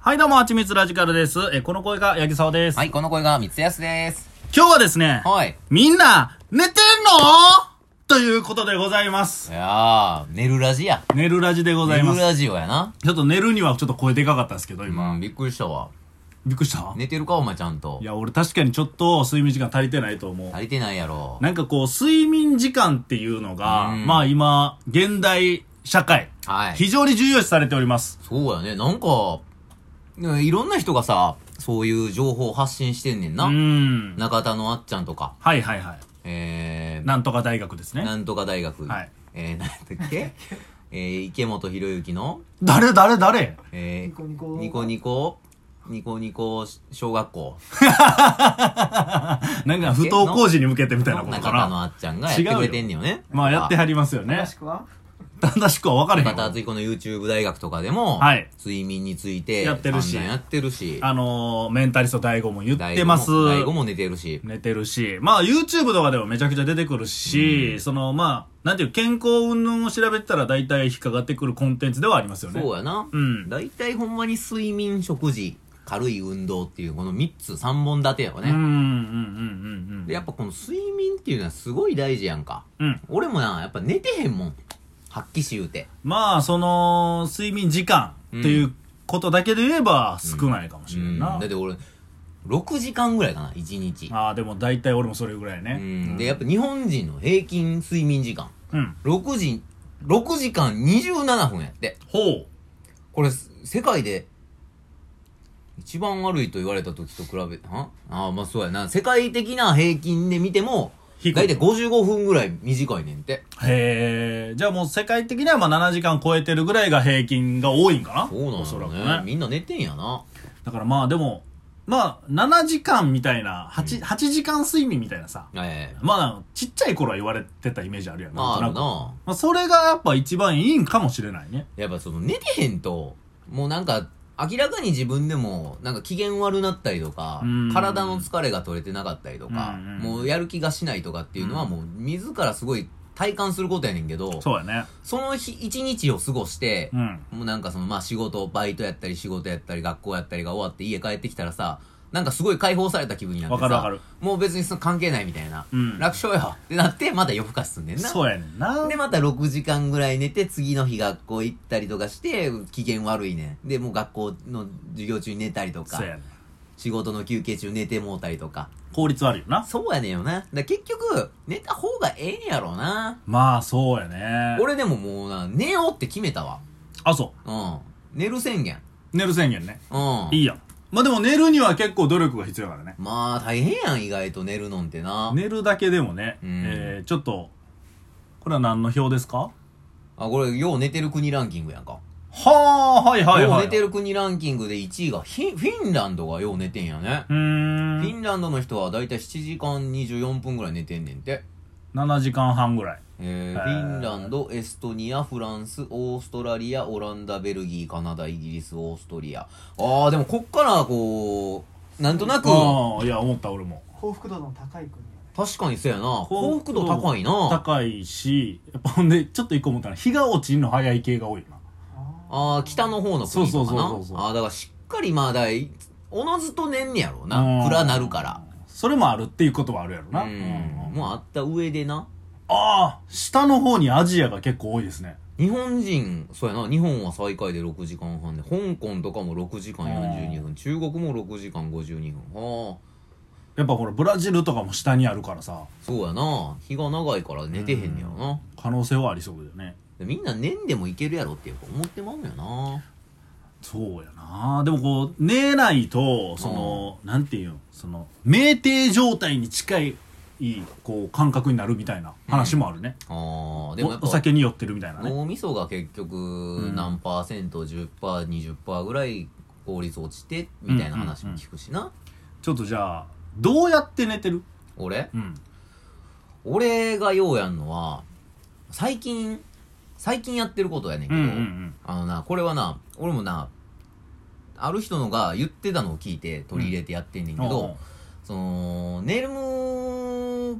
はい、どうも、はちみつラジカルです。えー、この声が八木沢です。はい、この声が三つ安です。今日はですね、はい。みんな、寝てんのということでございまいす。やー、寝るラジや。寝るラジでござ寝いまるす。ラジオやな。ちょっと寝るにはちょっと声でかかったですけど、今。今、びっくりしたわ。びっくりした、寝てるか、お前ちゃんとい。や、俺確かにちょっと睡眠時間足りてないと思う。足りてないやろ。なんかこう、睡眠時間っていうのが、うんまあ今、現代社会、はい非常に重要視されております。そうやね。なんか、ねいろんな人がさ、そういう情報を発信してんねんうな。ん。中田のあっちゃんとか、はいはいはい。えー、なんとか大学ですねな。んとか大学。はいえー、なんだっけえー、池本博之の、誰誰誰えー、ニコニコニコニコ、ニコニコ小学校。なんか不登校児に向けてみたいなことか中な田。のあっちゃんがやってくれてんねんよね。まあやってはりますよねも。しくは正しくは分かれへ中田敦ん。彦の YouTube 大学とかでも、はい睡眠について、やってるし散々やってるし、あのー、メンタリスト大悟も言っ大て悟もます。大悟も寝てるし、寝てるし、まあ YouTube とかでもめちゃくちゃ出てくるし、そのまあ、なんていう、健康云々を調べてたら大体引っかかってくるコンテンツではありますよね。そうやな。うん大体ほんまに睡眠、食事、軽い運動っていう、この3つ、3本立てやわうん、うん、うね。ん、うん。で、やっぱこの睡眠っていうのはすごい大事やんか。うん。俺もな、やっぱ寝てへんもん。発揮し言うて。まあ、その、睡眠時間っていうことだけで言えば少ないかもしうれんん。なだっいな。て俺、6時間ぐらいかな、1日。ああ、でも大体俺もそれぐらいね。うん。で、やっぱ日本人の平均睡眠時間、うん。 6時、6時間27分やって。ほう。これ、す世界で、一番悪いと言われた時と比べ、はああ、まあそうやな。世界的な平均で見ても、低だいいたい55分ぐらい短いねんて。へえ、じゃあもう世界的にはまあ7時間超えてるぐらいが平均が多いんかなそうなおそらのくねね。ね。みんな寝てんやな。だからまあでも、まあ7時間みたいな、8、八時間睡眠みたいなさ、ええまあちっちゃい頃は言われてたイメージあるやん。まああなるんとなくな。まあそれがやっぱ一番いいんかもしれないね。やっぱその寝てへんと、もうなんか、明らかに自分でも、なんか機嫌悪なったりとかうん、体の疲れが取れてなかったりとかうんうん、もうやる気がしないとかっていうのはもう自らすごい体感することやねんけど、そうやね。その日、一日を過ごしてう、ん。もうなんかその、まあ仕事、バイトやったり仕事やったり学校やったりが終わって家帰ってきたらさ、なんかすごい解放された気分になってさ、わかるわかるもう別にその関係ないみたいな、うん楽勝よってなって、また夜更かしすんねんな。そうやねんな。で、また6時間ぐらい寝て、次の日学校行ったりとかして、機嫌悪いねん。で、もう学校の授業中に寝たりとかそう、やねん。仕事の休憩中寝てもうたりとか。効率悪いよな。そうやねんよな。だから結局、寝た方がええんやろな。まあそうやね。俺でももうな、寝ようって決めたわ。あ、そうん。寝る宣言。う。寝る宣言ね。うん。いいやん。まあでも寝るには結構努力が必要だからね。まあ、大変やん、意外と寝るのんてな。寝るだけでもね、うんえー、ちょっと、これは何の表ですかあ、これ、よう寝てる国ランキングやんか。はあ、はいはいよはうい。寝てる国ランキングで1位がフィ、フィンランドがよう寝てんやね。うーフィん。ンランドの人はだいたい7時間24分ぐらい寝てんねんて。 7時間半ぐらい。えへーー、フィンランド、エストニア、フランス、オーストラリア、オランダ、ベルギー、カナダ、イギリス、オーストリア。あー、でもこっから、こう、なんとなく、ああ、いや、思った俺も。幸福度の高い国やね確かにそうやな。幸福度高いな。高いし、やっぱほんで、ちょっと一個思ったら、日が落ちんの早い系が多いな。ああー、北の方の国とかな。あそうそうそうそうそうあー、だからしっかりまあ、だい、おのずと寝んねやろうな。暗なるから。それもあるっていうことはあるやろな。ううんん。もうあった上でな。ああ、下の方にアジアが結構多いですね。日本人、そうやな、日本は最下位で6時間半で、香港とかも6時間42分、中国も6時間52分。はあ、やっぱほら、ブラジルとかも下にあるからさ、そうやな、日が長いから寝てへんねやろな。可能性はありそうだよね。でみんな寝んでもいけるやろっていうか思ってまうんやな。そうやなでもこう寝ないとその、なんていうんその酩酊状態に近いこう感覚になるみたいな話もあるね、ああ、でもおやっおぱ、酒に酔ってるみたいなね脳みそが結局ん何パーセント、10%、20%ぐらい効率落ちて、みたいな話も聞くしな。ちょっとじゃあどうやって寝てる俺うん俺がようやんのは、最近、最近やってることやねんけうど、んうんうんあのな、これはな、俺もな、ある人のが言ってたのを聞いて取り入れてやってんねんけど、その、寝る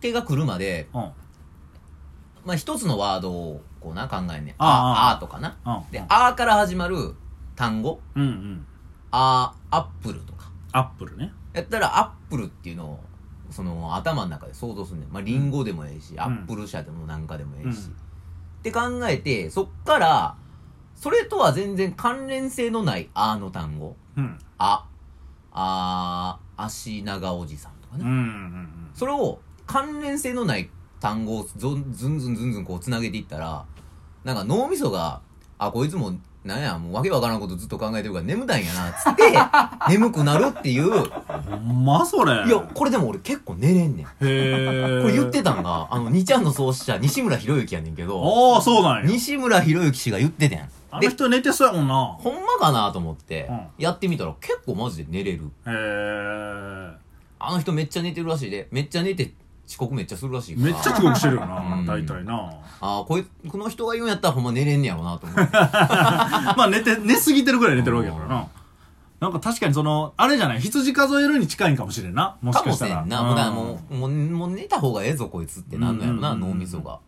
気が来るまで、うんうんまあ、一つのワードをこうな考えんねん。あああーとかな。あで、あーから始まる単語うんうんあアップルとかアップルねやったらアップルっていうのをその頭の中で想像するねんまあリンゴでもええし、アップル社でもなんかでもええし、うんって考えてそっからそれとは全然関連性のない「あ」の単語うん「あ」「あ」「足長おじさん」とかうね、んうんうんそれを関連性のない単語をずんずんずんずんずんこうつなげていったらなんか脳みそが「あこいつもなんやもうわけわからんことずっと考えてるから眠たいんやな」っつって 眠くなるっていうほんまそれいやこれでも俺結構寝れんねんへえこれ言ってたんがあの2ちゃんの創始者西村博之やねんけどああそうなんや西村博之氏が言ってたやんあでの人寝てそうやもんなほんまかなと思って、うんやってみたら結構マジで寝れる。へえあの人めっちゃ寝てるらしいで、めっちゃ寝て遅刻めっちゃするらしいから。めっちゃ遅刻してるようなん大体なああ、こいこの人が言うんやったらほんま寝れんねやろなと思 って。まあ寝て寝すぎてるぐらい寝てるわけだからななんか確かにそのあれじゃない羊数えるに近いんかもしれんなもしかかもしせたらんな。うんもうだからもう、もうもう寝た方がええぞこいつってなんのやろな、うんうんうんう脳んみそが。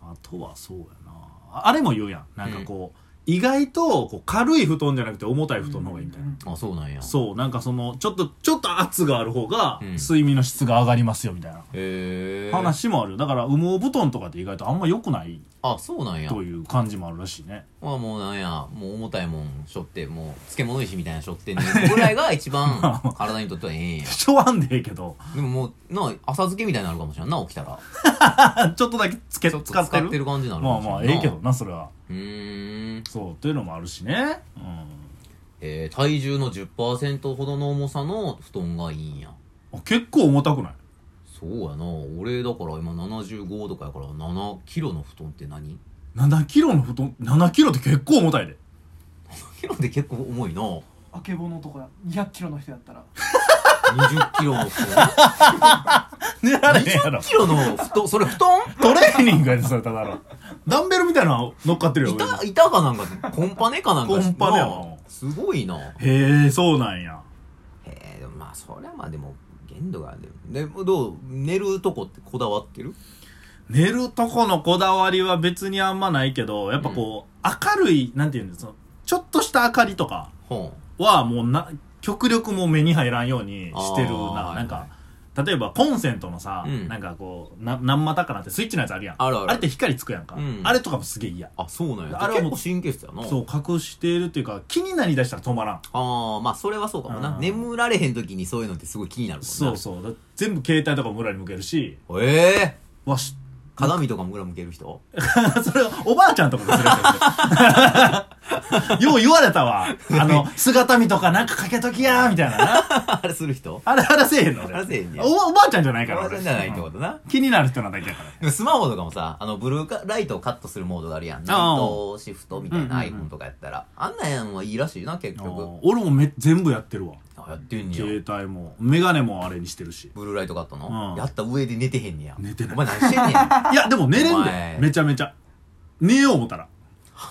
あとはそうやなああれも言うやんなんかこう、意外とこう軽い布団じゃなくて重たい布団の方がいいみたいな、あそうなんや。そうなんかそのちょっとちょっと圧がある方がうん睡眠の質が上がりますよみたいなへえ。。話もあるだから羽毛布団とかって意外とあんま良くないあ、そうなんや。という感じもあるらしいね まあもうなんや、もう重たいもん背負って、もう漬物石みたいな背負ってんねんぐらいが 一番体にとってはええんや。しょわんでええけどでももう、な、浅漬けみたいになるかもしれんな、起きたら。ちょっとだけつけちょっと使使ってるってる感じなのまあまあええけどなそれはうーん、そうというのもあるしねうんえー、体重の10%ほどの重さの布団がいいんやあ結構重たくないそうやな俺だから今75とかやから7キロの布団って何7キロの布団7キロって結構重たい で7キロって結構重いなあけぼのとか200キロの人やったら20キロの布団寝られへんやろ20キロの布団それ布団トレーニングやでそれただの ダンベルみたいなの乗っかってるよ上に板板かなんかコンパネかなんかコンパネやなあすごいなへえそうなんやえー、でもまあそりゃまあでも限度があるででもどう寝るとこってこだわってる寝るとこのこだわりは別にあんまないけどやっぱこう、明るいなんていうんですかちょっとした明かりとかほはもうな極力もう目に入らんようにしてるあなーなんか例えばコンセントのさ、うんなんかこうな何股かなってスイッチのやつあるやんあるあるれって光つくやんか、うんあれとかもすげえ嫌うあそうなんやああれれははもう結構神経質やなそう隠しているっていうか気になりだしたら止まらんああまあそれはそうかもな、うん眠られへん時にそういうのってすごい気になるもんなそうそうだ全部携帯とかも裏に向けるしええわし 鏡とかも裏向ける人 それおばあちゃんとかでするやつ よう言われたわあの姿見とかなんかかけときやみたいななあれする人あれあれせえへんの俺あれせえへんねやおおばあちゃんじゃ ないからあ俺れじゃないってことな、気になる人なんだけやから でもスマホとかもさあのブルーライトをカットするモードがあるやんナイトシフトみたいなうんうんうん iPhone とかやったら、あんなんやんはいいらしいな結あ局ー俺もめ全部やってるわあやってんねや携帯もメガネもあれにしてるしブルーライトカットの、うんやった上で寝てへんねや寝てないお前何してんね やいやでも寝れおんで前めちゃめちゃ寝よう思った ら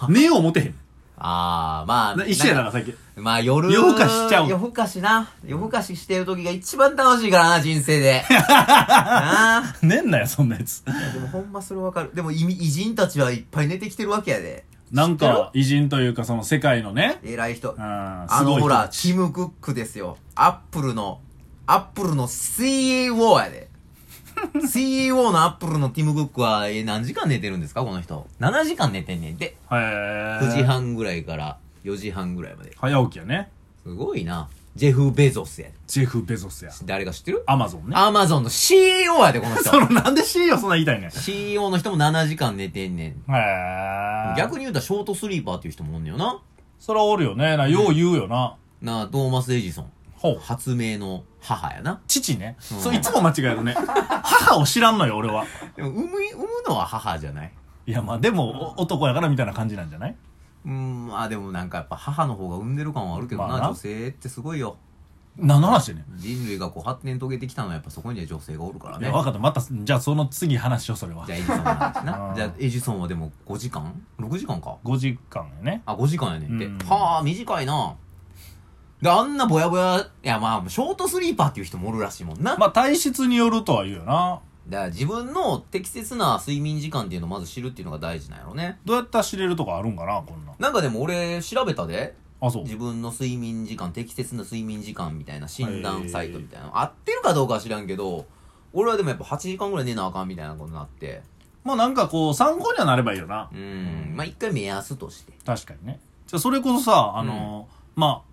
寝よう思てへんああまあな一緒やだなかんらかさっきまあ夜夜更かししちゃう夜更かしな夜更かししてる時が一番楽しいからな人生で なあ寝んなよそんなやつでもほんまそれわかる。でも偉偉人たちはいっぱい寝てきてるわけやで。なん知ってか偉人というかその世界のね偉い人。うんあすごのいほ人らた、ちティム・クックですよ。アップルの、アップルの CEO やで。CEO のアップルのティム・クックは、えー何時間寝てるんですかこの人。7時間寝てんねんで。へ9時ー半ぐらいから4時半ぐらいまで。早起きやねすごいな。ジェフ・ベゾスやで。ジェフ・ベゾスや誰か知ってるアマゾンねアマゾンの CEO やで、この そ人。のなんで C をそんな言いたいねん CEO の人も7時間寝てんねん。へー逆に言うたらショートスリーパーっていう人もおんねよな。そらおるよねなよう言うよななあ、トーマス・エジソン。ほう発明の母やな。父ねうんそういつも間違えるね母を知らんのよ俺はでも、産む、産むのは母じゃないいやまあでもお男やからみたいな感じなんじゃないうん、まあでもなんかやっぱ母の方が産んでる感はあるけどな、まあな女性ってすごいよ。何の話やねん人類がこう発展遂げてきたのはやっぱそこには女性がおるからいね。やじ分ゃかったまたじゃあその次話をそれは。あエジソンの話なうんじゃあエジソンはでも5時間 ?6 時間か。 5時間やねあ、5時間やねんって。うんはあ、短いな。で、あんなぼやぼや、いやまあ、ショートスリーパーっていう人もおるらしいもんな。まあ体質によるとは言うよなだから自分の適切な睡眠時間っていうのをまず知るっていうのが大事なんやろね。どうやったら知れるとかあるんかなこんなんなんかでも俺調べたで、ああそう自分の睡眠時間適切な睡眠時間みたいな診断サイトみたいなの合ってるかどうかは知らんけど俺はでもやっぱ8時間ぐらい寝なあかんみたいなことになってまあなんかこう参考にはなればいいよなうんまあ一回目安として確かにねじゃあそれこそさあの、ま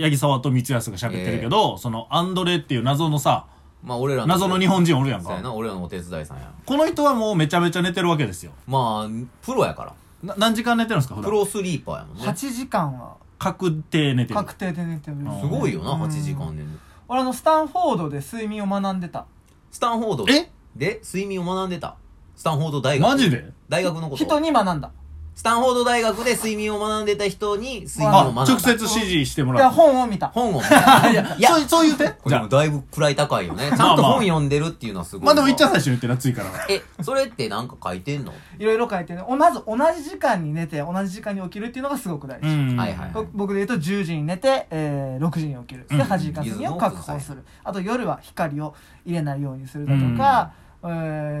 あ八木沢と光安が喋ってるけど、そのアンドレっていう謎のさまあ俺らの謎の日本人おるやんそうやかな俺らのお手伝いさんやこの人はもうめちゃめちゃ寝てるわけですよまあプロやからな何時間寝てるんですか普プ段ロスリーパーやもんね8時間は確定寝てる確定で寝てるうんすごいよなうん8時間で俺あのスタンフォードで睡眠を学んでたスタンフォードえで睡眠を学んでたスタンフォード大学マジで大学のこと人に学んだスタンフォード大学で睡眠を学んでた人に睡眠をあ学んだ直接指示してもいやらう本を見た本を見 たいやいやそうそう言うてこじれでゃもあだいぶ位高いよね ちまゃあんとまあ本読んでるっていうのはすごいまあでもいっちゃんな最初に言ってなついからえそれってなんか書いてんのいろいろ書いてねおまず同じ時間に寝て同じ時間に起きるっていうのがすごく大事、うんはいはいぼ僕で言うと10時に寝て、えー6時に起きるうんで8時間睡眠を確保する、あと夜は光を入れないようにするだとか、えー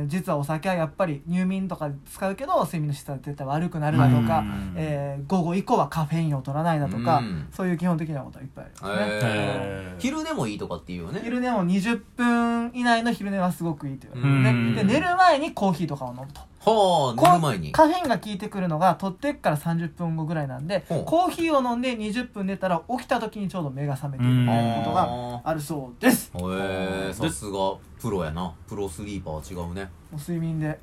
実はお酒はやっぱり入眠とかで使うけど睡眠の質は絶対悪くなるだとか、うんえー午後以降はカフェインを取らないだとか、うんそういう基本的なことはいっぱいありますね、へえーー昼でもいいとかっていうよね昼寝を20分以内の昼寝はすごくいいという、うんでで寝る前にコーヒーとかを飲むとはこあ寝うる前にカフェインが効いてくるのが取ってっから30分後ぐらいなんでほうコーヒーを飲んで20分寝たら起きた時にちょうど目が覚めているうんみたいなことがあるそうですへえさすがプロやなプロスリーパーは違うねもう睡眠で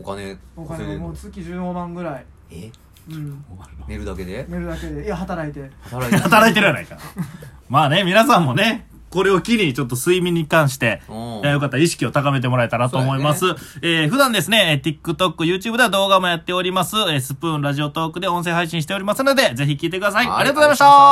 お金お稼げ金るものう月15万ぐらい、えうん、寝るだけで寝るだけでいや働いて働いて働いてるやないか まあね皆さんもねこれを機にちょっと睡眠に関してうんえーよかったら意識を高めてもらえたらと思います。えー普段ですね、えー TikTok、YouTube では動画もやっております。えースプーン、ラジオトークで音声配信しておりますので、ぜひ聞いてください。はいありがとうございました。